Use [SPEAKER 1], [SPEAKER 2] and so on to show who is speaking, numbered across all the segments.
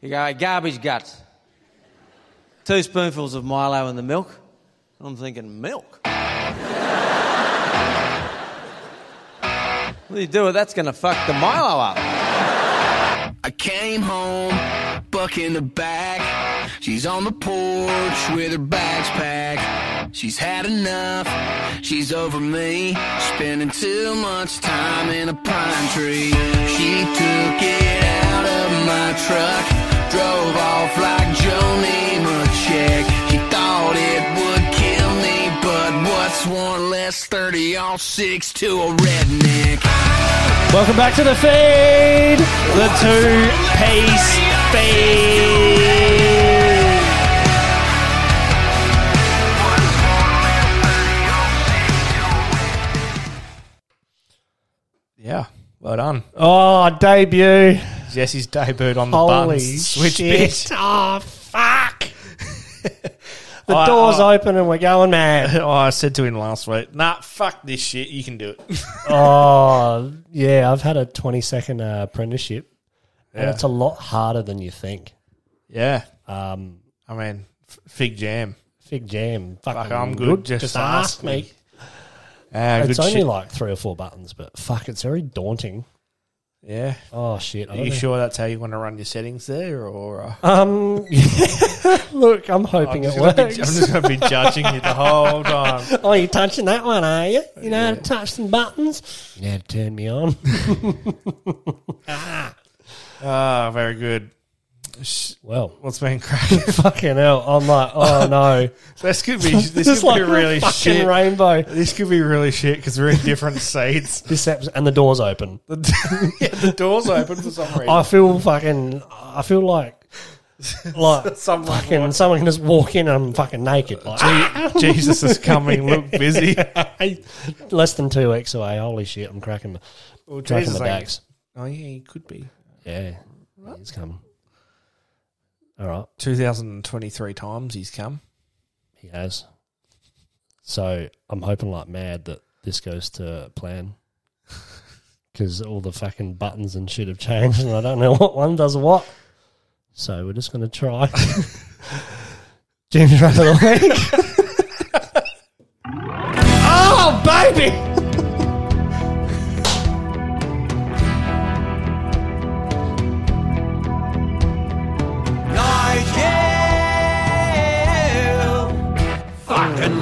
[SPEAKER 1] You go, garbage guts. Two spoonfuls of Milo in the milk. I'm thinking, milk? what do you do with that's going to fuck the Milo up?
[SPEAKER 2] I came home, buck in the back. She's on the porch with her bags packed. She's had enough, she's over me. Spending too much time in a pine tree. She took it out of my truck, drove off like Joni Machek. She thought it would kill me, but what's one less 30 off six to a redneck?
[SPEAKER 3] Welcome back to the feed. The two piece feed. Yeah, well done.
[SPEAKER 4] Oh, debut.
[SPEAKER 3] Jesse's debuted on the
[SPEAKER 4] Holy
[SPEAKER 3] buns. Switch
[SPEAKER 4] shit.
[SPEAKER 3] bit.
[SPEAKER 4] Oh, fuck. the
[SPEAKER 3] I-
[SPEAKER 4] door's
[SPEAKER 3] I-
[SPEAKER 4] open and we're going mad.
[SPEAKER 3] Oh, I said to him last week, nah, fuck this shit. You can do it.
[SPEAKER 4] oh, yeah. I've had a 20 second uh, apprenticeship and
[SPEAKER 3] Yeah.
[SPEAKER 4] it's a lot harder than you think.
[SPEAKER 3] yeah.
[SPEAKER 4] Um,
[SPEAKER 3] I mean, f- fig jam.
[SPEAKER 4] fig jam. Fucking
[SPEAKER 3] Fuck, I'm good. Just, ask me. Ah,
[SPEAKER 4] It's
[SPEAKER 3] good
[SPEAKER 4] only
[SPEAKER 3] shit.
[SPEAKER 4] like three or four buttons, but fuck, it's very daunting.
[SPEAKER 3] yeah.
[SPEAKER 4] Oh, shit. I
[SPEAKER 3] Are
[SPEAKER 4] don't
[SPEAKER 3] you
[SPEAKER 4] know.
[SPEAKER 3] sure that's how you want to run your settings there, or uh,
[SPEAKER 4] Um, look, I'm
[SPEAKER 3] I'm,
[SPEAKER 4] hoping
[SPEAKER 3] just
[SPEAKER 4] it
[SPEAKER 3] gonna be, I'm
[SPEAKER 4] works.
[SPEAKER 3] just going to be judging you the whole time?
[SPEAKER 4] Oh, you're touching that one, are you? You know how to touch some buttons? You know how to turn me on?
[SPEAKER 3] Ah, very good.
[SPEAKER 4] well,
[SPEAKER 3] What's been cracking?
[SPEAKER 4] fucking hell. I'm like, oh no.
[SPEAKER 3] This could be this
[SPEAKER 4] It's
[SPEAKER 3] could
[SPEAKER 4] like
[SPEAKER 3] be really
[SPEAKER 4] fucking
[SPEAKER 3] shit.
[SPEAKER 4] rainbow.
[SPEAKER 3] This could be really shit because we're in different seats.
[SPEAKER 4] This episode, and the door's open.
[SPEAKER 3] The, yeah, the door's open for some reason.
[SPEAKER 4] I feel fucking, I feel like, like
[SPEAKER 3] Someone
[SPEAKER 4] fucking, someone can just walk in and I'm fucking naked. Like,
[SPEAKER 3] Jesus is coming. Look busy.
[SPEAKER 4] less than two weeks away. Holy shit, I'm cracking my, cracking
[SPEAKER 3] Jesus
[SPEAKER 4] my
[SPEAKER 3] ain't-
[SPEAKER 4] backs.
[SPEAKER 3] Oh yeah, he could be.
[SPEAKER 4] Yeah, he's coming. All right,
[SPEAKER 3] 2023 times he's come.
[SPEAKER 4] he has. So I'm hoping like mad that this goes to plan because all the fucking buttons and shit have changed, and I don't know what one does what. So we're just gonna try. Jim's run of the week. oh baby!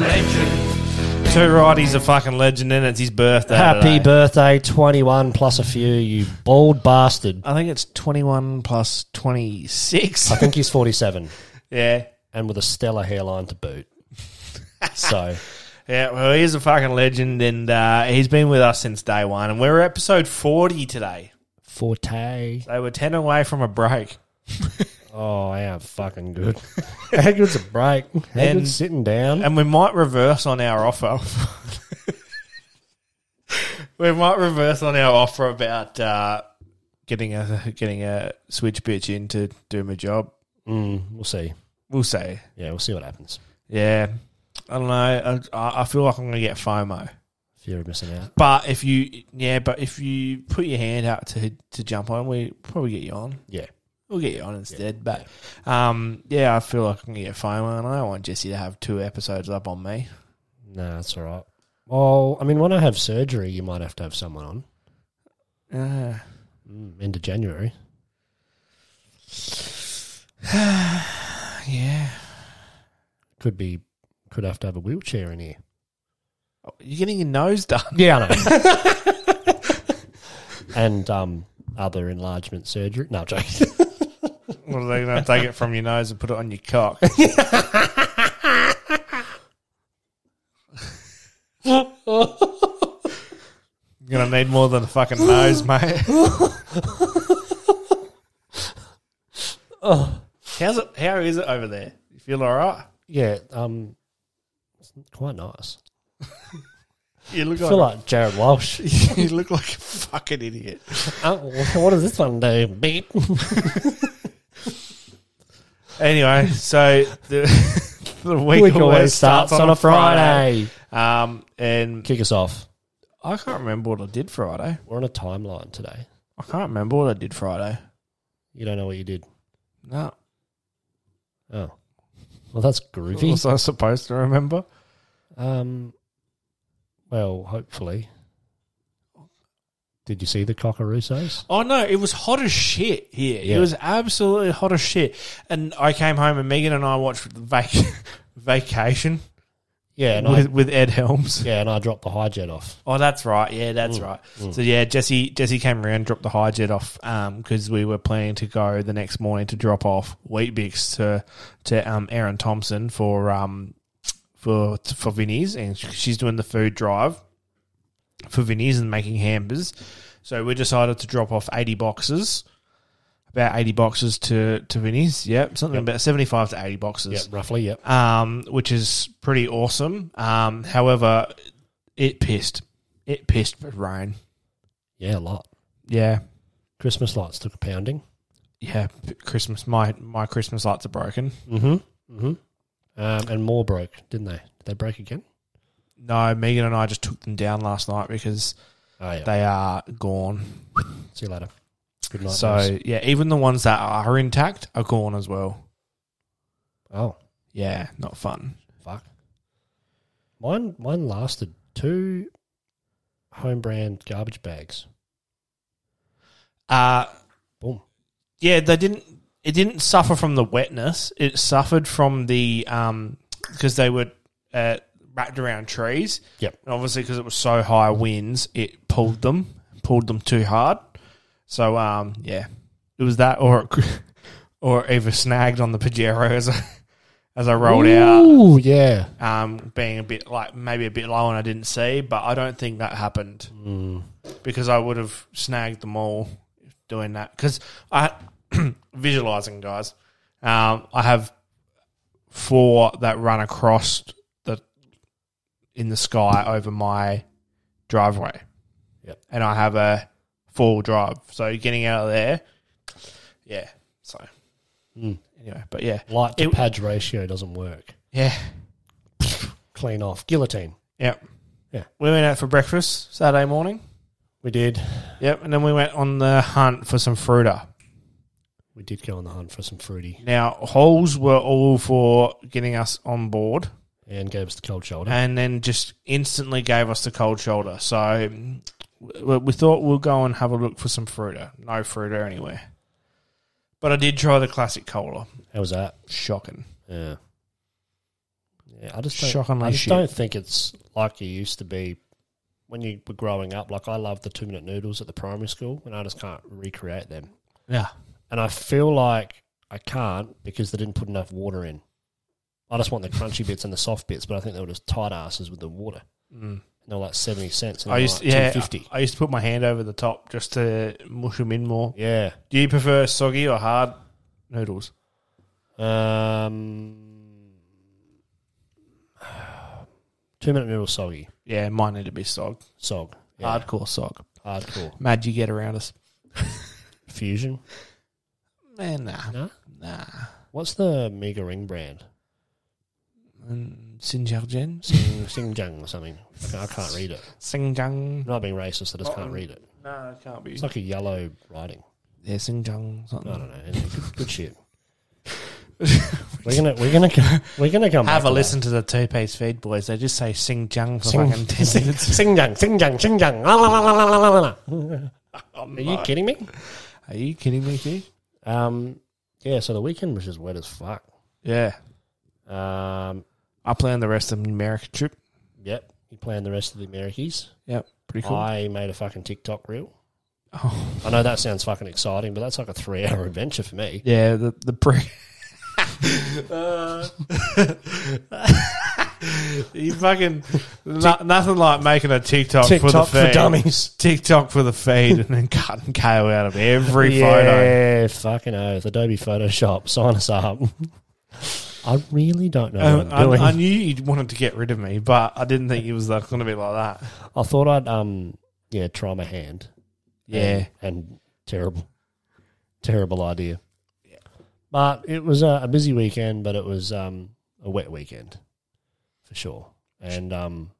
[SPEAKER 3] Two righties a fucking legend, and it's his birthday.
[SPEAKER 4] Happy
[SPEAKER 3] today.
[SPEAKER 4] birthday, 21 plus a few, you bald bastard.
[SPEAKER 3] I think it's 21 plus 26.
[SPEAKER 4] I think he's 47
[SPEAKER 3] yeah.
[SPEAKER 4] and with a stellar hairline to boot. So,
[SPEAKER 3] Yeah, well, he's a fucking legend, and uh, he's been with us since day one. And we're episode 40 today.
[SPEAKER 4] forte.
[SPEAKER 3] They were 10 away from a break.
[SPEAKER 4] Oh, I am fucking good. How good's a break? How
[SPEAKER 3] And-
[SPEAKER 4] good's sitting down?
[SPEAKER 3] And we might reverse on our offer. we might reverse on our offer about uh, getting a getting a switch bitch in to do my job.
[SPEAKER 4] Mm, we'll see.
[SPEAKER 3] We'll see.
[SPEAKER 4] Yeah, we'll see what happens.
[SPEAKER 3] Yeah. I don't know. I, I feel like I'm going to get FOMO.
[SPEAKER 4] Fear of missing out.
[SPEAKER 3] But if you, yeah, but if you put your hand out to to jump on, we probably get you on.
[SPEAKER 4] Yeah.
[SPEAKER 3] We'll get you on instead. but um, yeah, I feel like I'm gonna get FOMO, and I don't want Jesse to have two episodes up on me.
[SPEAKER 4] No, that's all right. Well, I mean, when I have surgery, you might have to have someone on.
[SPEAKER 3] Uh,
[SPEAKER 4] Mm, End of January.
[SPEAKER 3] yeah,
[SPEAKER 4] Could be, could have to have a wheelchair in here.
[SPEAKER 3] you're getting your nose done.
[SPEAKER 4] Yeah, I know. and um, other enlargement surgery. No, I'm joking.
[SPEAKER 3] Well, they're gonna take it from your nose and put it on your cock. You're gonna need more than a fucking nose, mate. How's it? How is it over there? You feel all right?
[SPEAKER 4] yeah, um, it's quite nice.
[SPEAKER 3] You look
[SPEAKER 4] I feel
[SPEAKER 3] like
[SPEAKER 4] like Jared Walsh.
[SPEAKER 3] you look like a fucking idiot.
[SPEAKER 4] oh, what does this one do? Beep.
[SPEAKER 3] Anyway, so the, the week,
[SPEAKER 4] Week always starts on a Friday.
[SPEAKER 3] Friday. Um, and
[SPEAKER 4] Kick us off.
[SPEAKER 3] I can't remember what I did Friday.
[SPEAKER 4] We're on a timeline today.
[SPEAKER 3] I can't remember what I did Friday.
[SPEAKER 4] You don't know what you did.
[SPEAKER 3] No.
[SPEAKER 4] Oh, well, that's
[SPEAKER 3] Was
[SPEAKER 4] groovy.
[SPEAKER 3] I supposed to remember?
[SPEAKER 4] Um, well, hopefully. Did you see the Cockeroos?
[SPEAKER 3] Oh no, it was hot as shit here.
[SPEAKER 4] Yeah.
[SPEAKER 3] It was absolutely hot as shit. And I came home and Megan and I watched vac- Vacation
[SPEAKER 4] Yeah, and
[SPEAKER 3] with,
[SPEAKER 4] I,
[SPEAKER 3] with Ed Helms.
[SPEAKER 4] yeah, and I dropped the high jet off.
[SPEAKER 3] Oh, that's right. Yeah, that's right. So yeah, Jesse Jesse came around, dropped the high jet off because we were planning to go the next morning to drop off wheat bix to to um, Aaron Thompson for um for for Vinny's, and she's doing the food drive for Vinny's and making hampers. So we decided to drop off eighty boxes. About eighty boxes to to Vinny's, yep, something about seventy five to eighty boxes
[SPEAKER 4] Yeah, roughly. Yep.
[SPEAKER 3] um, which is pretty awesome. Um, however, it pissed. It pissed with rain.
[SPEAKER 4] Yeah, a lot.
[SPEAKER 3] Yeah,
[SPEAKER 4] Christmas lights took a pounding.
[SPEAKER 3] yeah. p- Christmas. My my Christmas lights are broken.
[SPEAKER 4] Mm-hmm. Mm-hmm. Um, and more broke, didn't they? Did they break again?
[SPEAKER 3] No, Megan and I just took them down last night because
[SPEAKER 4] Oh yeah.
[SPEAKER 3] they are gone.
[SPEAKER 4] See you later. Good night.
[SPEAKER 3] so
[SPEAKER 4] boys.
[SPEAKER 3] yeah, even the ones that are intact are gone as well.
[SPEAKER 4] oh
[SPEAKER 3] Yeah, not fun.
[SPEAKER 4] fuck. Mine mine lasted two home brand garbage bags.
[SPEAKER 3] Uh
[SPEAKER 4] Boom.
[SPEAKER 3] yeah, they didn't. It didn't suffer from the wetness. It suffered from the um because they were uh, wrapped around trees.
[SPEAKER 4] Yep.
[SPEAKER 3] And obviously, because it was so high winds, it pulled them, pulled them too hard. So um, yeah, it was that, or it, or either snagged on the Pajero as I as I rolled out,
[SPEAKER 4] Ooh, yeah.
[SPEAKER 3] um, being a bit like maybe a bit low, and I didn't see. But I don't think that happened because I would have snagged them all doing that. Because I visualizing guys, um, I have four that run across the in the sky over my driveway,
[SPEAKER 4] Yep.
[SPEAKER 3] and I have a four wheel drive. So getting out of there, yeah. So anyway, but yeah,
[SPEAKER 4] Light to
[SPEAKER 3] It-
[SPEAKER 4] pad ratio doesn't work.
[SPEAKER 3] yeah,
[SPEAKER 4] Clean off. Guillotine.
[SPEAKER 3] yeah,
[SPEAKER 4] Yeah.
[SPEAKER 3] We went out for breakfast Saturday morning.
[SPEAKER 4] We did.
[SPEAKER 3] Yep, and then we went on the hunt for some fruiter.
[SPEAKER 4] We did go on the hunt for some fruity
[SPEAKER 3] Now, holes were all for getting us on board
[SPEAKER 4] and gave us the cold shoulder.
[SPEAKER 3] and then just instantly gave us the cold shoulder. So mm, we, we thought we'll go and have a look for some fruiter. No fruiter anywhere. But I did try the classic cola.
[SPEAKER 4] How was that?
[SPEAKER 3] Shocking.
[SPEAKER 4] Yeah. Yeah, I just don't,
[SPEAKER 3] Shockingly
[SPEAKER 4] I just
[SPEAKER 3] shit.
[SPEAKER 4] don't think it's like you used to be when you were growing up. Like I loved the two minute noodles at the primary school, and I just can't recreate them.
[SPEAKER 3] Yeah.
[SPEAKER 4] And I feel like I can't because they didn't put enough water in. I just want the crunchy bits and the soft bits, but I think they were just tight asses with the water. And they were like seventy cents. And
[SPEAKER 3] Mm. I used,
[SPEAKER 4] like
[SPEAKER 3] yeah,
[SPEAKER 4] fifty.
[SPEAKER 3] I used to put my hand over the top just to mush them in more.
[SPEAKER 4] Yeah.
[SPEAKER 3] Do you prefer soggy or hard noodles?
[SPEAKER 4] Um, two minute noodle soggy
[SPEAKER 3] Yeah, mine need to be sog.
[SPEAKER 4] sog. Yeah,
[SPEAKER 3] Hardcore sog.
[SPEAKER 4] hardcore
[SPEAKER 3] Mad you get around us.
[SPEAKER 4] fusion.
[SPEAKER 3] Man, Eh, nah.
[SPEAKER 4] No.
[SPEAKER 3] Nah.
[SPEAKER 4] What's the mega ring brand?
[SPEAKER 3] And Sinjargen?
[SPEAKER 4] Sing, Singjang or something. I can't, I can't read it.
[SPEAKER 3] Singjang.
[SPEAKER 4] I'm not being racist, I just
[SPEAKER 3] Um,
[SPEAKER 4] can't read it.
[SPEAKER 3] No, it can't be.
[SPEAKER 4] It's like a yellow writing.
[SPEAKER 3] Yeah, Singjang something.
[SPEAKER 4] I don't know. Anyway, Good, good shit. we're gonna we're gonna co- we're gonna come back
[SPEAKER 3] Have a
[SPEAKER 4] to
[SPEAKER 3] listen to the two piece feed boys. They just say sing jung for
[SPEAKER 4] Sing-
[SPEAKER 3] fucking 10
[SPEAKER 4] that.
[SPEAKER 3] minutes.
[SPEAKER 4] Singjang, Singjang, Singjang. La, la, la, la, la, la, la, la.
[SPEAKER 3] Oh
[SPEAKER 4] Are you kidding me?
[SPEAKER 3] Are you kidding me, G?
[SPEAKER 4] Um, yeah. So the weekend was just wet as fuck.
[SPEAKER 3] Yeah.
[SPEAKER 4] Um,
[SPEAKER 3] I plan the rest of the America trip.
[SPEAKER 4] yep. You planned the rest of the Americas.
[SPEAKER 3] Yep. Pretty cool.
[SPEAKER 4] I made a fucking TikTok reel.
[SPEAKER 3] Oh.
[SPEAKER 4] I know that sounds fucking exciting, but that's like a three-hour adventure for me.
[SPEAKER 3] Yeah, the, the pre. you fucking. no- nothing like making a TikTok, for the
[SPEAKER 4] TikTok
[SPEAKER 3] feed.
[SPEAKER 4] for dummies.
[SPEAKER 3] TikTok for the feed and then cutting KO out of every photo.
[SPEAKER 4] Yeah, fucking oath. Adobe Photoshop, sign us up. I really don't know
[SPEAKER 3] Um,
[SPEAKER 4] what
[SPEAKER 3] I,
[SPEAKER 4] I'm doing.
[SPEAKER 3] I
[SPEAKER 4] I,
[SPEAKER 3] knew you wanted to get rid of me, but I didn't think it was going to be like that.
[SPEAKER 4] thought I'd um yeah try my hand.
[SPEAKER 3] Yeah.
[SPEAKER 4] and, and terrible, terrible idea. But it was a, a busy weekend, but it was um a wet weekend for sure. And um,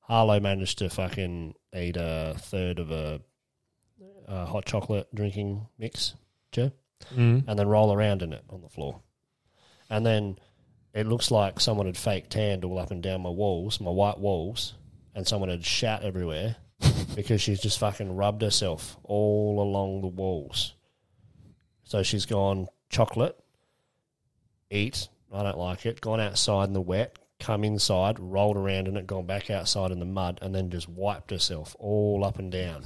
[SPEAKER 4] Harlow managed to fucking eat a third of a, a hot chocolate drinking mix. Joe. and then roll around in it on the floor. And then it looks like someone had fake tanned all up and down my walls, my white walls, and someone had shat everywhere because she's just fucking rubbed herself all along the walls. So she's gone chocolate, eat, I don't like it, gone outside in the wet, come inside, rolled around in it, gone back outside in the mud, and then just wiped herself all up and down.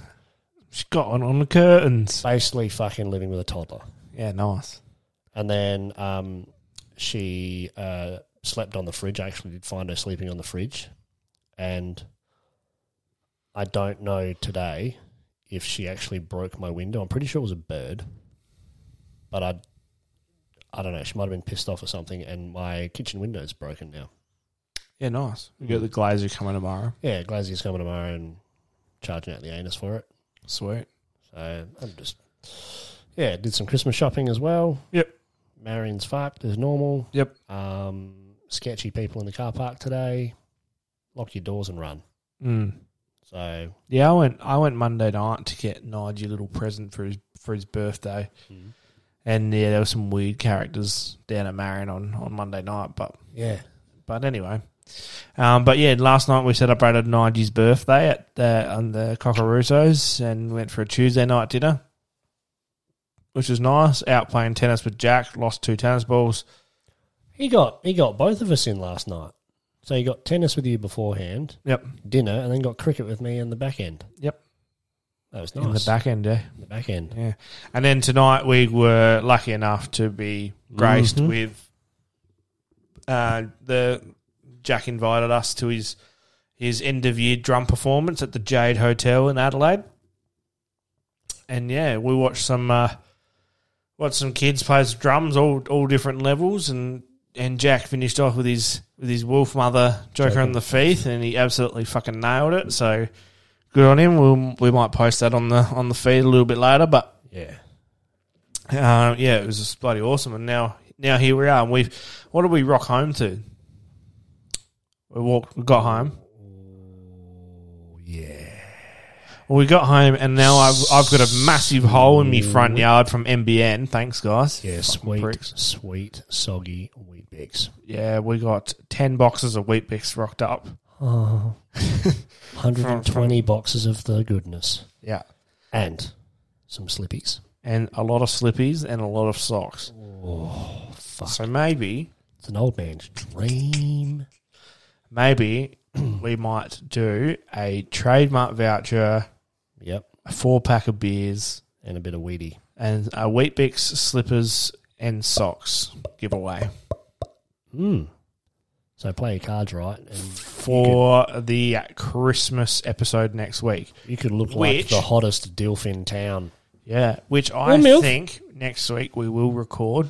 [SPEAKER 3] She's got on on the curtains.
[SPEAKER 4] Basically, fucking living with a toddler.
[SPEAKER 3] Yeah, nice.
[SPEAKER 4] And then um, she uh, slept on the fridge. I actually did find her sleeping on the fridge. And I don't know today if she actually broke my window. I'm pretty sure it was a bird. But I, I don't know. She might have been pissed off or something. And my kitchen window's broken now.
[SPEAKER 3] Yeah, nice. We got the glazer coming tomorrow.
[SPEAKER 4] Yeah, Glazier's coming tomorrow and charging out the anus for it.
[SPEAKER 3] Sweet.
[SPEAKER 4] So I'm just, yeah, did some Christmas shopping as well.
[SPEAKER 3] Yep.
[SPEAKER 4] Marion's fucked as normal.
[SPEAKER 3] Yep.
[SPEAKER 4] Um, sketchy people in the car park today. Lock your doors and run.
[SPEAKER 3] Mm.
[SPEAKER 4] So
[SPEAKER 3] Yeah, I went. I went Monday night to get Nigel a little present for his for his birthday, and yeah, there were some weird characters down at Marion on on Monday night. But
[SPEAKER 4] yeah,
[SPEAKER 3] but anyway, um, but yeah, last night we celebrated Nigel's birthday at the on the Cockaloos and went for a Tuesday night dinner, which was nice. Out playing tennis with Jack, lost two tennis balls.
[SPEAKER 4] he got he got both of us in last night. So he got tennis with you beforehand,
[SPEAKER 3] Yep,
[SPEAKER 4] dinner, and then got cricket with me in the back end.
[SPEAKER 3] yep.
[SPEAKER 4] That was nice.
[SPEAKER 3] In the back end, yeah.
[SPEAKER 4] In the back end.
[SPEAKER 3] Yeah. And then tonight we were lucky enough to be graced with uh, the Jack invited us to his his end of year drum performance at the Jade Hotel in Adelaide. And yeah, we watched some uh, watched some kids play some drums all all different levels and and Jack finished off with his with his wolf mother Joker, on the Feet and he absolutely fucking nailed it. So good on him. We'll, we might post that on the on the feed a little bit later, but
[SPEAKER 4] Yeah.
[SPEAKER 3] uh, yeah, it was just bloody awesome. And now, now here we are. And we've, what did we rock home to? We walked, we got home. Yeah. Well, we got home, and now I've I've got a massive hole in my front yard from MBN. Thanks, guys.
[SPEAKER 4] Yeah,
[SPEAKER 3] Fucking
[SPEAKER 4] sweet,
[SPEAKER 3] pricks.
[SPEAKER 4] sweet, soggy wheat bix.
[SPEAKER 3] Yeah, we got ten boxes of wheat bix rocked up.
[SPEAKER 4] Oh, 120 boxes of the goodness.
[SPEAKER 3] Yeah,
[SPEAKER 4] And some slippies.
[SPEAKER 3] and a lot of slippies and a lot of socks.
[SPEAKER 4] Oh, Fuck.
[SPEAKER 3] So maybe
[SPEAKER 4] It's an old man's dream.
[SPEAKER 3] maybe we might do a trademark voucher,
[SPEAKER 4] Yep.
[SPEAKER 3] a four pack of beers.
[SPEAKER 4] And a bit of weedy.
[SPEAKER 3] and a Wheatbix slippers and socks giveaway
[SPEAKER 4] So play your cards right, and
[SPEAKER 3] for the uh, Christmas episode next week.
[SPEAKER 4] you could look
[SPEAKER 3] Which-
[SPEAKER 4] like the hottest DILF in town.
[SPEAKER 3] Yeah, which I
[SPEAKER 4] milk.
[SPEAKER 3] think next week we will record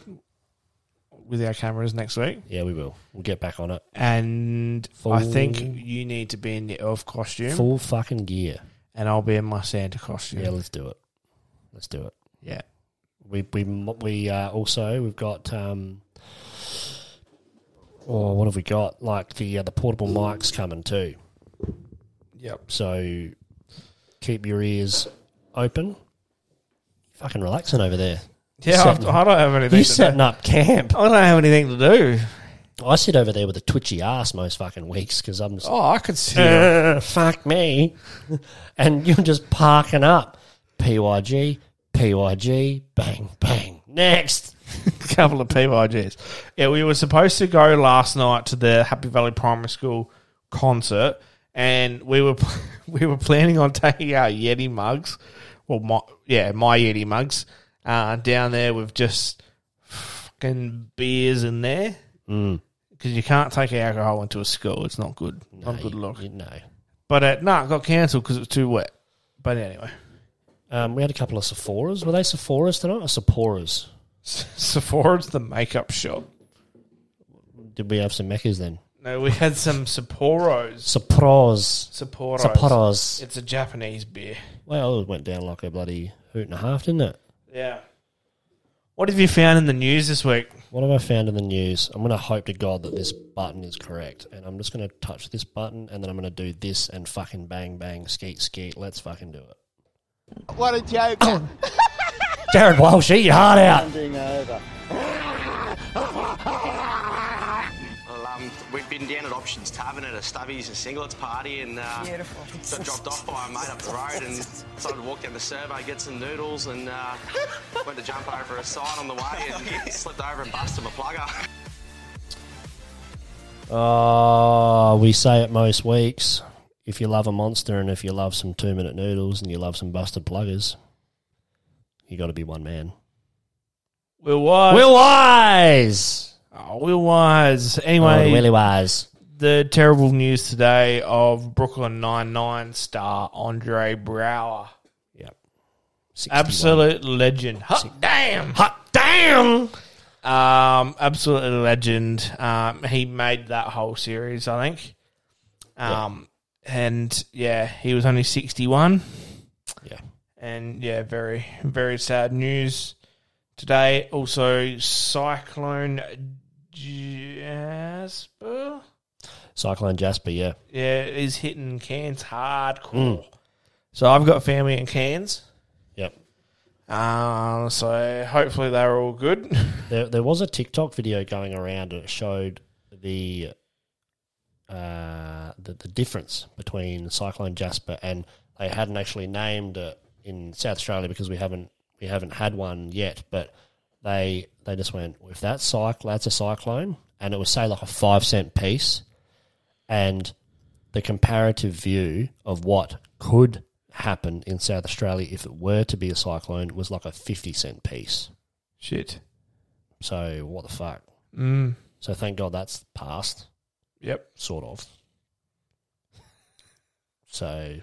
[SPEAKER 3] with our cameras next week,
[SPEAKER 4] Yeah, we will. We'll get back on it.
[SPEAKER 3] and I
[SPEAKER 4] Full-
[SPEAKER 3] think you need to be in your elf costume,
[SPEAKER 4] Full fucking gear.
[SPEAKER 3] and I'll be in my Santa
[SPEAKER 4] Yeah,
[SPEAKER 3] costume.
[SPEAKER 4] let's do it. Let's do it.
[SPEAKER 3] Yeah,
[SPEAKER 4] We we we uh, also we've got um. Oh, what have we got? Like the uh, the portable mics coming too.
[SPEAKER 3] yep.
[SPEAKER 4] So keep your ears open. Fucking relaxing over there.
[SPEAKER 3] Yeah, I, I
[SPEAKER 4] Setting-
[SPEAKER 3] don't have anything.
[SPEAKER 4] You
[SPEAKER 3] to
[SPEAKER 4] setting
[SPEAKER 3] do.
[SPEAKER 4] up camp.
[SPEAKER 3] I don't have anything to do.
[SPEAKER 4] I sit over there with a twitchy ass most fucking weeks because I'm just
[SPEAKER 3] Oh, I could see.
[SPEAKER 4] "Uh, fuck me. and you're just parking up. PYG, PYG, bang, bang. Next.
[SPEAKER 3] couple of PYGs. Yeah, we were supposed to go last night to the Happy Valley Primary School concert, and we were we were planning on taking our Yeti mugs, well, my yeah, my Yeti mugs, uh, down there with just fucking beers in there
[SPEAKER 4] Mm.
[SPEAKER 3] because you can't take alcohol into a school. It's not good, not good look.
[SPEAKER 4] You know.
[SPEAKER 3] But uh, no, it got cancelled because it was too wet. But anyway,
[SPEAKER 4] Um, we had a couple of Sephoras. Were they Sephoras tonight or Sephoras?
[SPEAKER 3] Sephora's the makeup shop.
[SPEAKER 4] Did we have some Mechas then?
[SPEAKER 3] No, we had some Sapporos.
[SPEAKER 4] Sephoras.
[SPEAKER 3] Sapporos.
[SPEAKER 4] Sephoras.
[SPEAKER 3] It's a Japanese beer.
[SPEAKER 4] Well, it went down like a bloody hoot and a half, didn't it?
[SPEAKER 3] Yeah. What have you found in the news this week?
[SPEAKER 4] What have I found in the news? I'm going to hope to God that this button is correct. And I'm just going to touch this button and then I'm going to do this and fucking bang, bang, skeet, skeet. Let's fucking do it.
[SPEAKER 5] What a joke.
[SPEAKER 4] Jared Walsh, eat your heart out.
[SPEAKER 5] Well, um, we've been down at Options Tavern at a Stubbies and Singlets party and uh, got dropped off by a mate up the road and decided to walk down the survey, get some noodles and uh, went to jump over a sign on the way and slipped over and busted my plugger.
[SPEAKER 4] Oh, we say it most weeks. If you love a monster and if you love some two minute noodles and you love some busted pluggers, you got to be one man.
[SPEAKER 3] Will Wise.
[SPEAKER 4] Will Wise!
[SPEAKER 3] oh, Will Wise. Anyway,
[SPEAKER 4] Oh, Willy Wise.
[SPEAKER 3] the terrible news today of Brooklyn Nine Nine star Andre Brower,
[SPEAKER 4] 61.
[SPEAKER 3] absolute legend. Hot damn! Hot damn! Um, absolute legend. Um, he made that whole series, I think. Um, and yeah, he was only sixty-one.
[SPEAKER 4] Yeah.
[SPEAKER 3] And yeah, very, very sad news today. Also, Cyclone Jasper.
[SPEAKER 4] Cyclone Jasper, yeah.
[SPEAKER 3] Yeah, is hitting Cairns hardcore. So I've got family in Cairns.
[SPEAKER 4] Yep.
[SPEAKER 3] Um, so hopefully they're all good.
[SPEAKER 4] There, there was a TikTok video going around and it showed the, uh, the the difference between Cyclone Jasper and they hadn't actually named it in South Australia because we haven't we haven't had one yet. But they they just went if that's cyc that's a cyclone and it was say like a five cent piece, and the comparative view of what could happen in South Australia if it were to be a cyclone was like a fifty cent piece.
[SPEAKER 3] Shit.
[SPEAKER 4] So what the fuck?
[SPEAKER 3] Mm.
[SPEAKER 4] So thank God that's past,
[SPEAKER 3] Yep.
[SPEAKER 4] sort of. So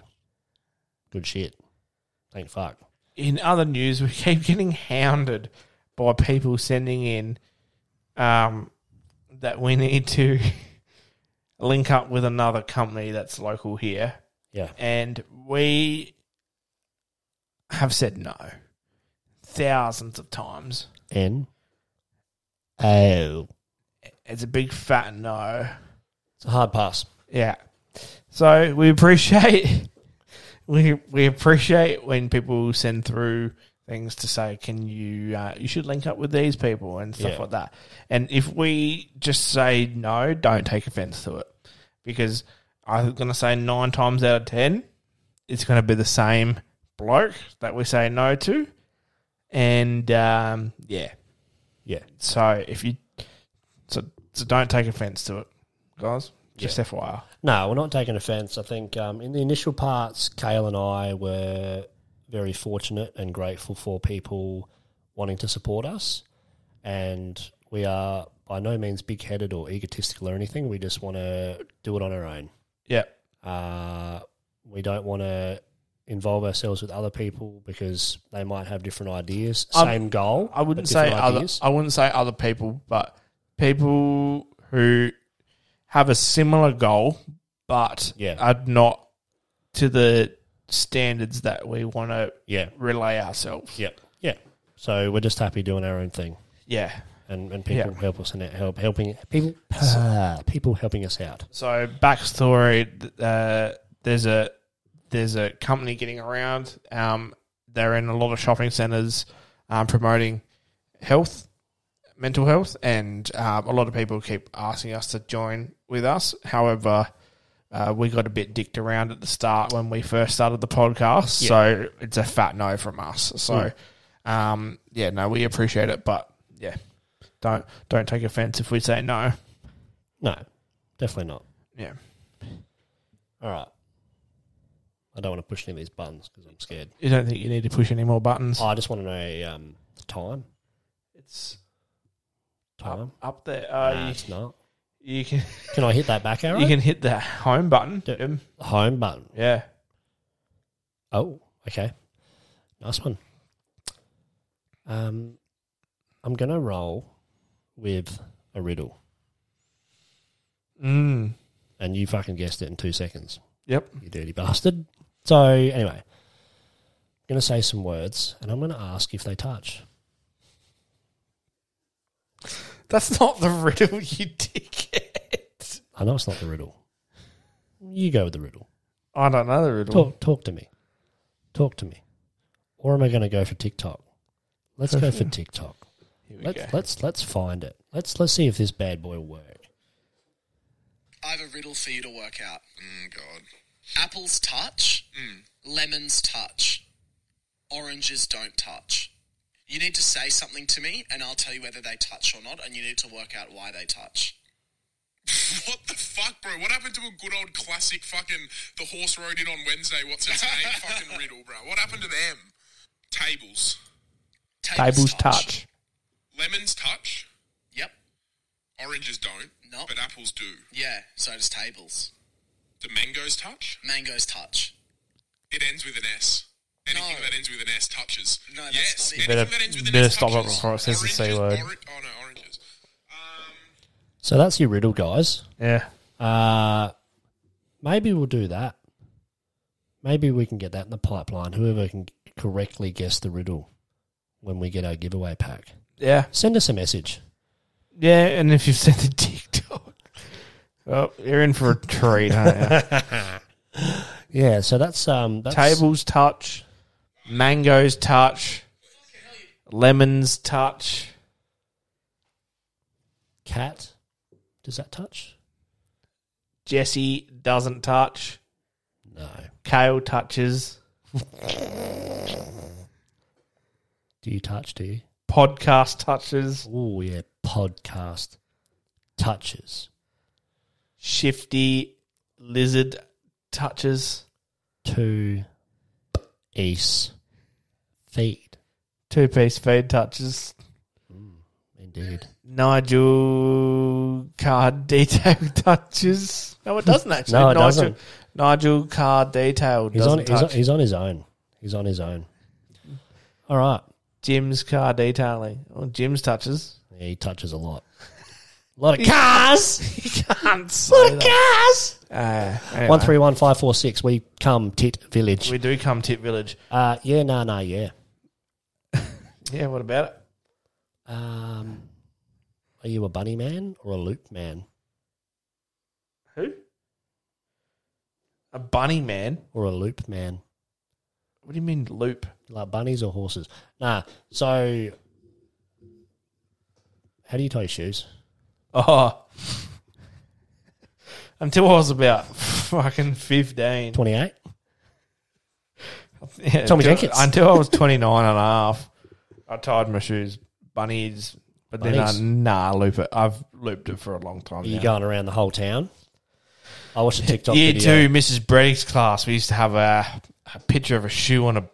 [SPEAKER 4] good shit. Thank fuck.
[SPEAKER 3] In other news, we keep getting hounded by people sending in um, that we need to link up with another company that's local here.
[SPEAKER 4] Yeah.
[SPEAKER 3] and we have said no thousands of times.
[SPEAKER 4] N O.
[SPEAKER 3] It's a big fat no.
[SPEAKER 4] It's a hard pass.
[SPEAKER 3] Yeah. So we appreciate we we appreciate when people send through things to say, can you uh, you should link up with these people and stuff
[SPEAKER 4] Yeah.
[SPEAKER 3] like that. And if we just say no, don't take offense to it because I'm gonna say nine times out of ten, it's gonna be the same bloke that we say no to, and um, yeah,
[SPEAKER 4] Yeah.
[SPEAKER 3] so if you so so don't take offense to it, guys. Just FYI.
[SPEAKER 4] No, we're not taking offence. I think um, in the initial parts, Kale and I were very fortunate and grateful for people wanting to support us. And we are by no means big headed or egotistical or anything. We just want to do it on our own.
[SPEAKER 3] Yeah.
[SPEAKER 4] Uh, we don't want to involve ourselves with other people because they might have different ideas,
[SPEAKER 3] Um,
[SPEAKER 4] same goal.
[SPEAKER 3] I wouldn't
[SPEAKER 4] but
[SPEAKER 3] say
[SPEAKER 4] different
[SPEAKER 3] other. I wouldn't say other people, but people who have a similar goal, but
[SPEAKER 4] Yeah.
[SPEAKER 3] are not to the standards that we want to
[SPEAKER 4] yeah,
[SPEAKER 3] relay ourselves.
[SPEAKER 4] yeah, yeah. So we're just happy doing our own thing,
[SPEAKER 3] Yeah.
[SPEAKER 4] and and people
[SPEAKER 3] Yeah.
[SPEAKER 4] help us and help helping people people helping us out.
[SPEAKER 3] So backstory: th- uh, there's a there's a company getting around. Um, they're in a lot of shopping centres, um, promoting health, mental health, and um, a lot of people keep asking us to join with us. However. Uh, we got a bit dicked around at the start when we first started the podcast, so it's a fat no from us. So, um, yeah, no, we appreciate it, but yeah, don't don't take offense if we say no.
[SPEAKER 4] No, definitely not.
[SPEAKER 3] Yeah,
[SPEAKER 4] All right. I don't want to push any of these buttons because I'm scared. Oh,
[SPEAKER 3] you don't think you need to push any more buttons.
[SPEAKER 4] I just want to know um, the time.
[SPEAKER 3] It's
[SPEAKER 4] Time.
[SPEAKER 3] up there. Uh,
[SPEAKER 4] Nah,
[SPEAKER 3] you,
[SPEAKER 4] it's not.
[SPEAKER 3] you can
[SPEAKER 4] Can I hit that back arrow?
[SPEAKER 3] you can hit the home button.
[SPEAKER 4] Yeah.
[SPEAKER 3] Um,
[SPEAKER 4] Home button.
[SPEAKER 3] Yeah.
[SPEAKER 4] Oh, okay. Nice one. Um, I'm going to roll with a riddle,
[SPEAKER 3] Mm.
[SPEAKER 4] and you fucking guessed it in two seconds,
[SPEAKER 3] Yep.
[SPEAKER 4] you dirty bastard. So, anyway, I'm going to say some words, and I'm going to ask if they touch.
[SPEAKER 3] That's not the riddle, you dickhead.
[SPEAKER 4] I know it's not the riddle. You go with the riddle.
[SPEAKER 3] I don't know the riddle.
[SPEAKER 4] Talk, talk to me. Talk to me. Or am I going to go for TikTok? Let's go for TikTok.
[SPEAKER 3] Here we
[SPEAKER 4] Let's
[SPEAKER 3] go.
[SPEAKER 4] let's let's find it. Let's let's see if this bad boy will work.
[SPEAKER 6] I have a riddle for you to work out. Mm, God. Apples touch.
[SPEAKER 7] Mm.
[SPEAKER 6] Lemons touch. Oranges don't touch. You need to say something to me, and I'll tell you whether they touch or not, and you need to work out why they touch.
[SPEAKER 7] What the fuck, bro? What happened to a good old classic fucking the horse rode in on Wednesday? What's its name? fucking riddle, bro. What happened to them? Tables,
[SPEAKER 3] Tables touch.
[SPEAKER 7] lemons touch,
[SPEAKER 6] Yep.
[SPEAKER 7] oranges don't,
[SPEAKER 6] No.
[SPEAKER 7] but apples do.
[SPEAKER 6] Yeah. So does tables.
[SPEAKER 7] Do mangoes touch?
[SPEAKER 6] Mangoes touch.
[SPEAKER 7] It ends with an S. Anything
[SPEAKER 6] No.
[SPEAKER 7] that ends with an S touches.
[SPEAKER 6] No, that's
[SPEAKER 7] yes.
[SPEAKER 6] not it.
[SPEAKER 7] Anything
[SPEAKER 3] Better-
[SPEAKER 7] that ends with an
[SPEAKER 3] better
[SPEAKER 7] S
[SPEAKER 3] stop it
[SPEAKER 7] touches.
[SPEAKER 3] before it says the C
[SPEAKER 7] Oranges,
[SPEAKER 3] word.
[SPEAKER 7] ori- oh no, oranges. Um,
[SPEAKER 4] So that's your riddle, guys.
[SPEAKER 3] Yeah.
[SPEAKER 4] Uh maybe we'll do that. Maybe we can get that in the pipeline. Whoever can correctly guess the riddle when we get our giveaway pack,
[SPEAKER 3] Yeah.
[SPEAKER 4] send us a message.
[SPEAKER 3] Yeah, and if you've sent the TikTok, well, you're in for a treat, aren't you?
[SPEAKER 4] Yeah. So that's um that's,
[SPEAKER 3] Tables touch, mangoes touch, lemons touch.
[SPEAKER 4] cat. Does that touch?
[SPEAKER 3] Jesse doesn't touch.
[SPEAKER 4] No.
[SPEAKER 3] Kale touches.
[SPEAKER 4] Do you touch? Do you?
[SPEAKER 3] Podcast touches.
[SPEAKER 4] Oh yeah. Podcast touches.
[SPEAKER 3] Shifty lizard touches.
[SPEAKER 4] to Ace Feed.
[SPEAKER 3] Two piece feed touches.
[SPEAKER 4] Indeed.
[SPEAKER 3] Nigel card detail touches. No, it doesn't actually.
[SPEAKER 4] No, it
[SPEAKER 3] Nigel,
[SPEAKER 4] doesn't.
[SPEAKER 3] Nigel card detail
[SPEAKER 4] He's
[SPEAKER 3] doesn't
[SPEAKER 4] on, he's
[SPEAKER 3] touch.
[SPEAKER 4] on he's on his own. He's on his own. All right.
[SPEAKER 3] Jim's car detailing. Oh, Jim's touches.
[SPEAKER 4] Yeah, he touches a lot. A lot of
[SPEAKER 3] Cars. you can't say that.
[SPEAKER 4] cars.
[SPEAKER 3] Uh, anyway,
[SPEAKER 4] One three one five four six. We come tit village.
[SPEAKER 3] We do come tip village.
[SPEAKER 4] Uh, yeah, no, no, yeah.
[SPEAKER 3] Yeah. What about it?
[SPEAKER 4] Um, are you a bunny man or a loop man
[SPEAKER 3] Who? A bunny man.
[SPEAKER 4] or a loop man?
[SPEAKER 3] What do you mean loop?
[SPEAKER 4] Like bunnies or horses? Nah. So, how do you tie your shoes?
[SPEAKER 3] Oh. Until I was about fucking fifteen.
[SPEAKER 4] Twenty eight.
[SPEAKER 3] Yeah, until,
[SPEAKER 4] Tommy Jenkins.
[SPEAKER 3] Until I was 29 and a half, I tied my shoes, bunnies, but then I,
[SPEAKER 4] Bunnies?
[SPEAKER 3] nah, loop it. I've looped it for a long time.
[SPEAKER 4] Are you
[SPEAKER 3] now.
[SPEAKER 4] going around the whole town? I watched a TikTok
[SPEAKER 3] Year
[SPEAKER 4] video.
[SPEAKER 3] two, Mrs. Breddick's class, we used to have a, a picture of a shoe on a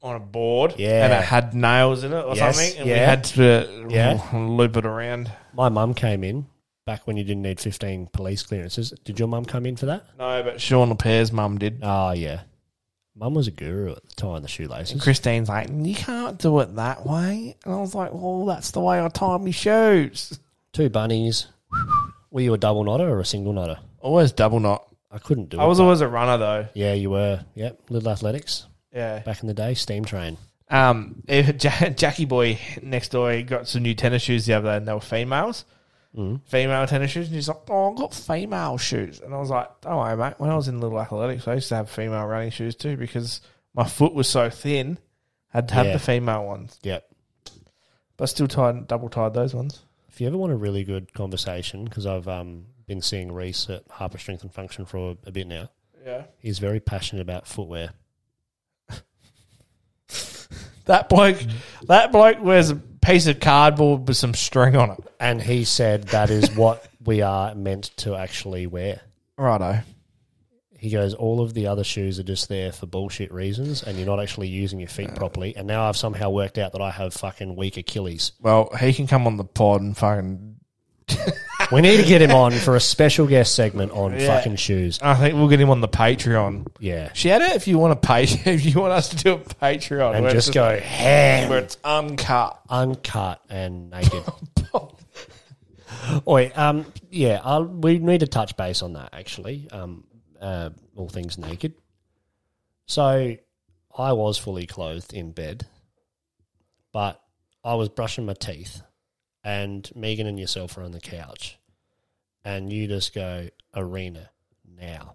[SPEAKER 3] on a board,
[SPEAKER 4] Yeah.
[SPEAKER 3] and it had nails in it or
[SPEAKER 4] Yes,
[SPEAKER 3] something, and we
[SPEAKER 4] yeah.
[SPEAKER 3] had to
[SPEAKER 4] Yeah.
[SPEAKER 3] loop it around.
[SPEAKER 4] My mum came in back when you didn't need 15 police clearances. Did your mum come in for that?
[SPEAKER 3] No, but Sean LePaire's mum did.
[SPEAKER 4] Oh, yeah. Mum was a guru at the time, the shoelaces.
[SPEAKER 3] Christine's like, you can't do it that way, and I was like, well, that's the way I tie my shoes.
[SPEAKER 4] Two bunnies. Were you a double knotter or a single knotter?
[SPEAKER 3] Always double knot.
[SPEAKER 4] I couldn't do
[SPEAKER 3] I
[SPEAKER 4] it.
[SPEAKER 3] was always a runner though.
[SPEAKER 4] yeah, you were. Yep. Little athletics
[SPEAKER 3] Yeah.
[SPEAKER 4] back in the day, steam train.
[SPEAKER 3] Um, eh, Ja- Jackie Boy next door he got some new tennis shoes the other day, and they were females, female tennis shoes. And he's like, "Oh, I got female shoes," and I was like, "Don't worry, mate." When I was in little athletics, I used to have female running shoes too because my foot was so thin, I'd have
[SPEAKER 4] Yeah.
[SPEAKER 3] the female ones,
[SPEAKER 4] Yep.
[SPEAKER 3] but I still tied, double tied those ones.
[SPEAKER 4] If you ever want a really good conversation, because I've um, been seeing Reese at Harper Strength and Function for a, a bit now,
[SPEAKER 3] Yeah,
[SPEAKER 4] he's very passionate about footwear.
[SPEAKER 3] that bloke, that bloke wears a piece of cardboard with some string on it.
[SPEAKER 4] And he said that is what we are meant to actually wear.
[SPEAKER 3] Righto.
[SPEAKER 4] He goes, all of the other shoes are just there for bullshit reasons, and you're not actually using your feet properly. And now I've somehow worked out that I have fucking weak Achilles.
[SPEAKER 3] Well, he can come on the pod and fucking.
[SPEAKER 4] We need to get him on for a special guest segment on fucking shoes.
[SPEAKER 3] I think we'll get him on the Patreon.
[SPEAKER 4] Yeah,
[SPEAKER 3] Shout out if you want to pay if you want us to do a Patreon
[SPEAKER 4] and
[SPEAKER 3] where
[SPEAKER 4] just
[SPEAKER 3] it's
[SPEAKER 4] go ham,
[SPEAKER 3] where it's uncut.
[SPEAKER 4] uncut and naked. Oi, um, yeah, I'll, we need to touch base on that actually. Um, uh, all things naked. So, I was fully clothed in bed, but I was brushing my teeth, and Megan and yourself are on the couch, and you just go arena now,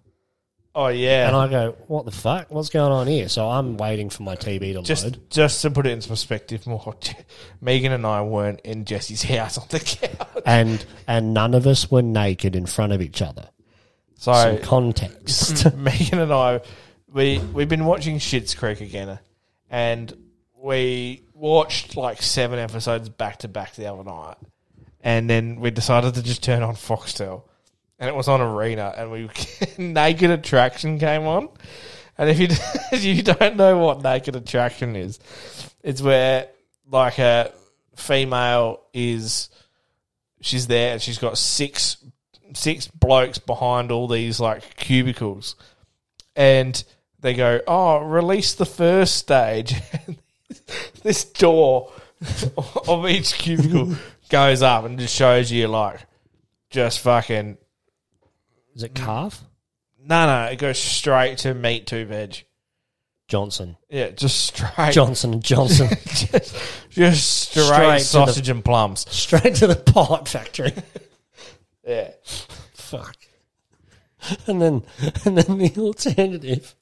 [SPEAKER 3] Oh yeah.
[SPEAKER 4] And I go, what the fuck? What's going on here? So I'm waiting for my TV to
[SPEAKER 3] just
[SPEAKER 4] load.
[SPEAKER 3] just to put it into perspective more, Megan and I weren't in Jesse's house on the couch.
[SPEAKER 4] And and none of us were naked in front of each other. Some
[SPEAKER 3] So
[SPEAKER 4] context.
[SPEAKER 3] Megan and I, we we've been watching Shit's Creek again, and we watched like seven episodes back to back the other night, and then we decided to just turn on Foxtel, and it was on Arena, and we Naked Attraction came on, and if you if you don't know what Naked Attraction is, it's where like a female is she's there and she's got six six blokes behind all these like cubicles and they go oh release the first stage and this door of each cubicle goes up and just shows you like just fucking
[SPEAKER 4] Is it calf?
[SPEAKER 3] no no it goes straight to meat to veg
[SPEAKER 4] Johnson.
[SPEAKER 3] yeah just straight
[SPEAKER 4] Johnson and Johnson.
[SPEAKER 3] just, just straight,
[SPEAKER 4] Straight to the-
[SPEAKER 3] sausage and plums
[SPEAKER 4] Straight to the part factory.
[SPEAKER 3] yeah
[SPEAKER 4] Fuck. And then and then the alternative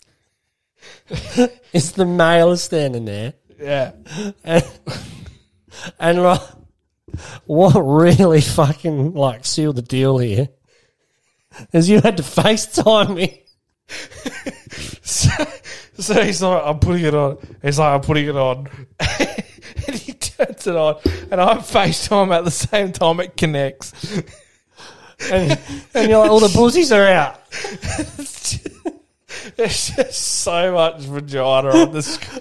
[SPEAKER 4] is the male is standing there.
[SPEAKER 3] yeah
[SPEAKER 4] And, and like, what really fucking like sealed the deal here is you had to FaceTime me.
[SPEAKER 3] So he's like, I'm putting it on. He's like, I'm putting it on. and he turns it on. And I FaceTime at the same time it connects.
[SPEAKER 4] And, and you're like, all the pussies are out.
[SPEAKER 3] There's just so much vagina on the screen.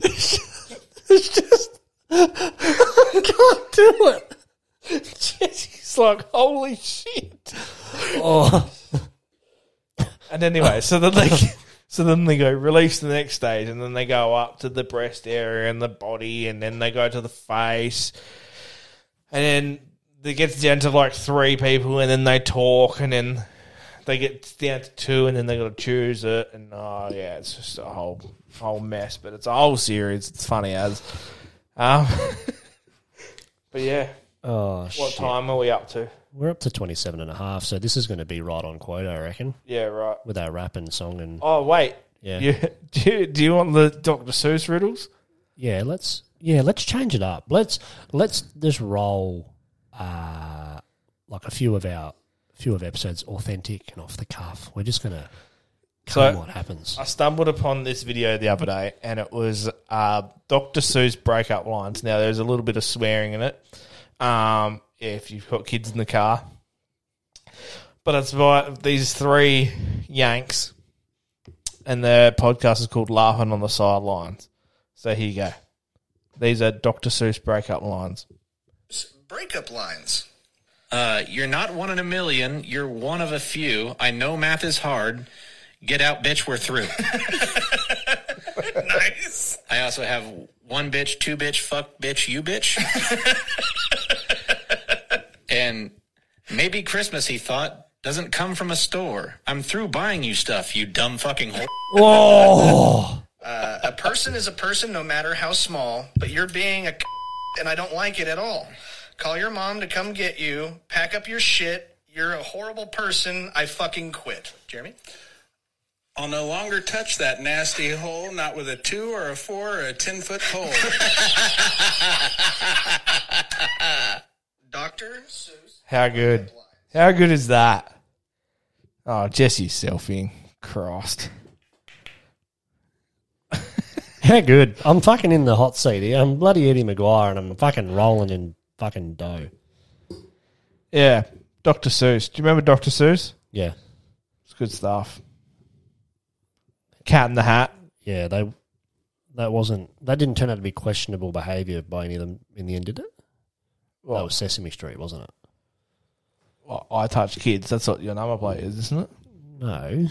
[SPEAKER 4] It's just, I can't do it.
[SPEAKER 3] He's like, holy shit.
[SPEAKER 4] Oh,
[SPEAKER 3] And anyway, so then they, so then they go release the next stage, and then they go up to the breast area and the body, and then they go to the face, and then it gets down to like three people, and then they talk, and then they get down to two, and then they got to choose it, and oh yeah, it's just a whole whole mess, but it's a whole series. It's funny as, um, but yeah,
[SPEAKER 4] oh
[SPEAKER 3] what
[SPEAKER 4] shit.
[SPEAKER 3] time are we up to?
[SPEAKER 4] We're up to 27 and a half, so this is going to be right on quota, I reckon,
[SPEAKER 3] Yeah, right.
[SPEAKER 4] with our rap and song and
[SPEAKER 3] Oh wait,
[SPEAKER 4] yeah.
[SPEAKER 3] you, do you, do you want the Dr. Seuss riddles?
[SPEAKER 4] Yeah, let's yeah, let's change it up. Let's let's just roll uh like a few of our few of episodes authentic and off the cuff. We're just gonna
[SPEAKER 3] So-
[SPEAKER 4] come what happens.
[SPEAKER 3] I stumbled upon this video the other day, and it was uh, Dr. Seuss breakup lines. Now, there's a little bit of swearing in it um, if you've got kids in the car. But it's by these three Yanks, and their podcast is called Laughing on the Sidelines. So here you go. These are Dr. Seuss breakup lines.
[SPEAKER 8] breakup lines.
[SPEAKER 9] Uh, you're not one in a million. You're one of a few. I know math is hard. Get out, bitch. We're through.
[SPEAKER 8] Nice.
[SPEAKER 9] I also have one bitch, two bitch, fuck bitch, you bitch. and maybe Christmas, he thought, doesn't come from a store. I'm through buying you stuff, you dumb fucking whore.
[SPEAKER 4] Oh
[SPEAKER 8] A person is a person no matter how small, but you're being a c- and I don't like it at all. Call your mom to come get you, pack up your shit. You're a horrible person. I fucking quit. Jeremy?
[SPEAKER 10] I'll no longer touch that nasty hole, not with a two or a four or a ten foot pole.
[SPEAKER 8] Dr. Seuss.
[SPEAKER 3] How good? How good is that? Oh, Jesse's selfieing. Christ.
[SPEAKER 4] How good. I'm fucking in the hot seat here. I'm bloody Eddie McGuire and I'm fucking rolling in fucking dough.
[SPEAKER 3] Yeah, Dr. Seuss. Do you remember Dr. Seuss?
[SPEAKER 4] Yeah.
[SPEAKER 3] It's good stuff. Cat in the Hat.
[SPEAKER 4] Yeah, they that wasn't that didn't turn out to be questionable behaviour by any of them in the end, did it? That was Sesame Street, wasn't it?
[SPEAKER 3] Well, I touch kids. That's what your number plate is, isn't it?
[SPEAKER 4] No.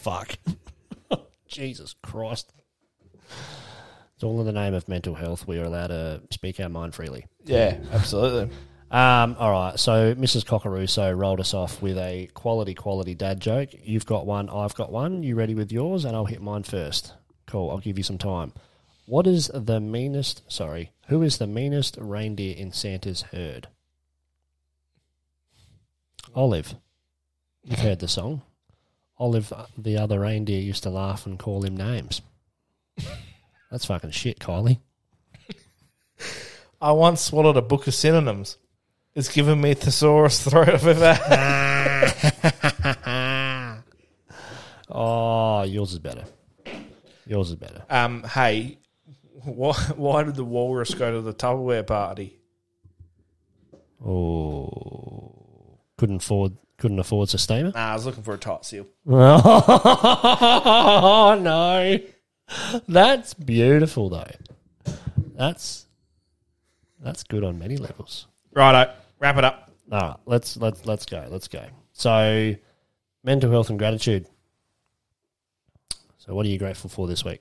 [SPEAKER 4] Fuck. Jesus Christ. It's all in the name of mental health. We are allowed to speak our mind freely.
[SPEAKER 3] Yeah, absolutely.
[SPEAKER 4] Um, all right. So Mrs. Cockaruso rolled us off with a quality, quality dad joke. You've got one. I've got one. You ready with yours? And I'll hit mine first. Cool. I'll give you some time. What is the meanest? Sorry. Who is the meanest reindeer in Santa's herd? Olive. You've heard the song. Olive, uh, the other reindeer, used to laugh and call him names. That's fucking shit, Kylie.
[SPEAKER 3] I once swallowed a book of synonyms. It's given me thesaurus throat I've ever had.
[SPEAKER 4] oh, yours is better. Yours is better.
[SPEAKER 3] Um, hey, why, why did the walrus go to the Tupperware party?
[SPEAKER 4] Oh, couldn't afford couldn't afford sustainer.
[SPEAKER 3] Nah, I was looking for a tight seal.
[SPEAKER 4] Oh no, that's beautiful though. That's that's good on many levels.
[SPEAKER 3] Righto, wrap it up.
[SPEAKER 4] All right, let's let's let's go. Let's go. So, mental health and gratitude. So, what are you grateful for this week?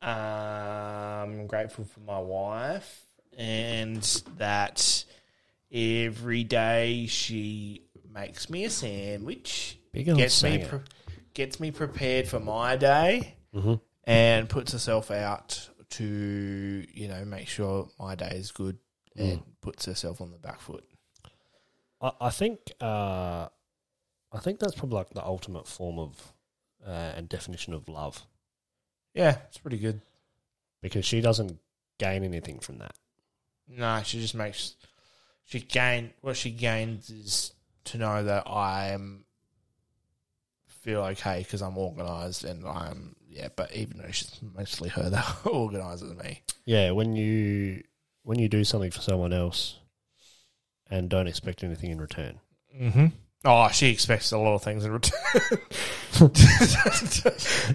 [SPEAKER 3] Um, I'm grateful for my wife and that every day she makes me a sandwich,
[SPEAKER 4] Big old
[SPEAKER 3] gets me
[SPEAKER 4] singer.
[SPEAKER 3] pre- gets me prepared for my day,
[SPEAKER 4] Mhm.
[SPEAKER 3] and puts herself out to you know make sure my day is good
[SPEAKER 4] Mm.
[SPEAKER 3] and puts herself on the back foot.
[SPEAKER 4] I, I think uh, I think that's probably like the ultimate form of uh, and definition of love
[SPEAKER 3] Yeah, it's pretty good.
[SPEAKER 4] because she doesn't gain anything from that.
[SPEAKER 3] No, she just makes she gain what she gains is to know that I am feel okay because I'm organised and I'm yeah. But even though she's mostly her that organises me,
[SPEAKER 4] Yeah, when you when you do something for someone else and don't expect anything in return.
[SPEAKER 3] mm-hmm. oh, she expects a lot of things in return.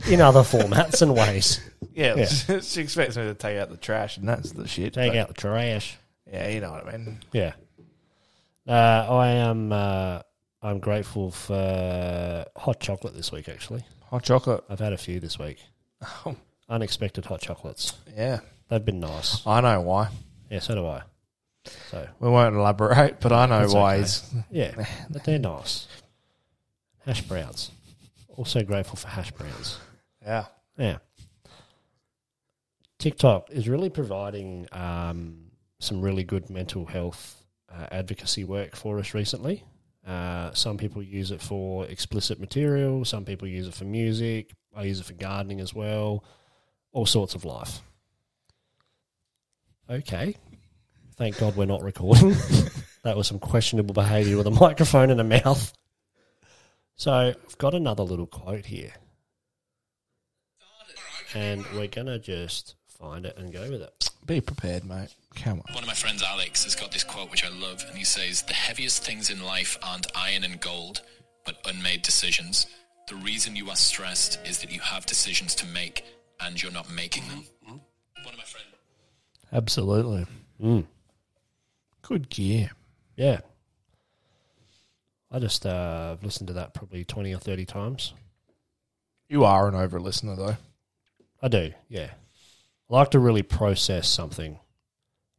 [SPEAKER 4] in other formats and ways.
[SPEAKER 3] Yeah,
[SPEAKER 4] Yeah.
[SPEAKER 3] she expects me to take out the trash and that's the shit.
[SPEAKER 4] Take
[SPEAKER 3] but-
[SPEAKER 4] out the trash.
[SPEAKER 3] yeah, you know what I mean.
[SPEAKER 4] Yeah. Uh, I am uh, I'm grateful for hot chocolate this week actually.
[SPEAKER 3] Hot chocolate.
[SPEAKER 4] I've had a few this week. Oh. Unexpected hot chocolates.
[SPEAKER 3] Yeah,
[SPEAKER 4] They've been nice.
[SPEAKER 3] I know why.
[SPEAKER 4] Yeah, so do I. So
[SPEAKER 3] We won't elaborate, but I know
[SPEAKER 4] That's
[SPEAKER 3] why.
[SPEAKER 4] okay.
[SPEAKER 3] he's-
[SPEAKER 4] yeah, but they're nice. Hash browns. Also grateful for hash browns.
[SPEAKER 3] Yeah,
[SPEAKER 4] Yeah. TikTok is really providing um, some really good mental health uh, advocacy work for us recently. Uh, some people use it for explicit material, some people use it for music. I use it for gardening as well, all sorts of life. Okay. Thank God we're not recording. that was some questionable behavior with a microphone and a mouth. So I've got another little quote here and we're gonna just find it and go with it.
[SPEAKER 3] be prepared, mate. Come on.
[SPEAKER 11] One of my friends, Alex, has got this quote which I love, and he says, The heaviest things in life aren't iron and gold, but unmade decisions. The reason you are stressed is that you have decisions to make, and you're not making them. One of my friends.
[SPEAKER 3] Absolutely. Good gear.
[SPEAKER 4] Yeah, I just uh, I've listened to that probably twenty or thirty times.
[SPEAKER 3] You are an over listener, though.
[SPEAKER 4] I do, yeah. I like to really process something.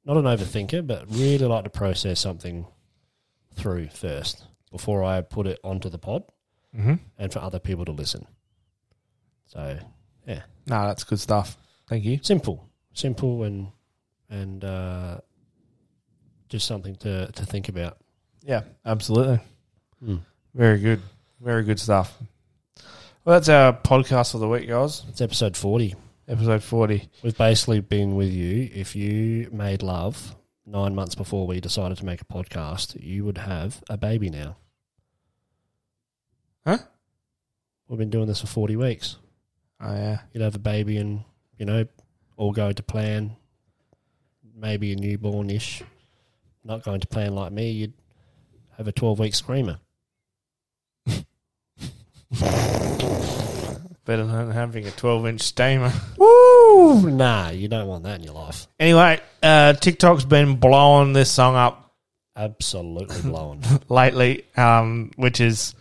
[SPEAKER 4] Not an overthinker, but really like to process something through first before I put it onto the pod and for other people to listen. So, yeah,
[SPEAKER 3] No, that's good stuff. Thank you.
[SPEAKER 4] simple, simple, and and uh, just something to to think about.
[SPEAKER 3] Yeah, absolutely.
[SPEAKER 4] Hmm.
[SPEAKER 3] Very good. Very good stuff. Well, that's our podcast for the week, guys.
[SPEAKER 4] It's episode forty.
[SPEAKER 3] Episode 40.
[SPEAKER 4] We've basically been with you. If you made love nine months before we decided to make a podcast, you would have a baby now.
[SPEAKER 3] Huh?
[SPEAKER 4] We've been doing this for 40 weeks.
[SPEAKER 3] Oh, yeah.
[SPEAKER 4] You'd have a baby and, you know, all go to plan. Maybe a newborn ish. Not going to plan like me. You'd have a 12 week screamer.
[SPEAKER 3] Better than having a 12 inch steamer.
[SPEAKER 4] Woo! Nah, you don't want that in your life.
[SPEAKER 3] Anyway, uh, TikTok's been blowing this song up
[SPEAKER 4] Absolutely blown.
[SPEAKER 3] lately, um, which is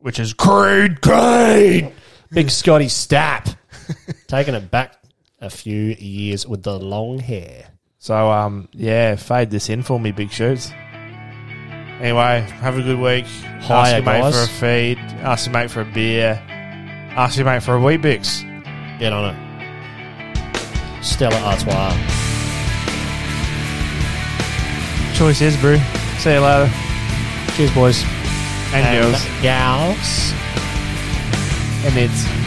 [SPEAKER 3] which is crude, crude.
[SPEAKER 4] Big Scotty Stapp. Taking it back a few years with the long hair.
[SPEAKER 3] So, um, yeah, fade this in for me, big shoes. Anyway, have a good week. ask
[SPEAKER 4] Hiya,
[SPEAKER 3] your mate
[SPEAKER 4] guys.
[SPEAKER 3] for a feed. Ask your mate for a beer. Ask your mate for a wheat bix.
[SPEAKER 4] Get on it. Stella Artois.
[SPEAKER 3] Choice is brew. See you later.
[SPEAKER 4] Cheers, boys.
[SPEAKER 3] And girls.
[SPEAKER 4] Gals.
[SPEAKER 3] And it's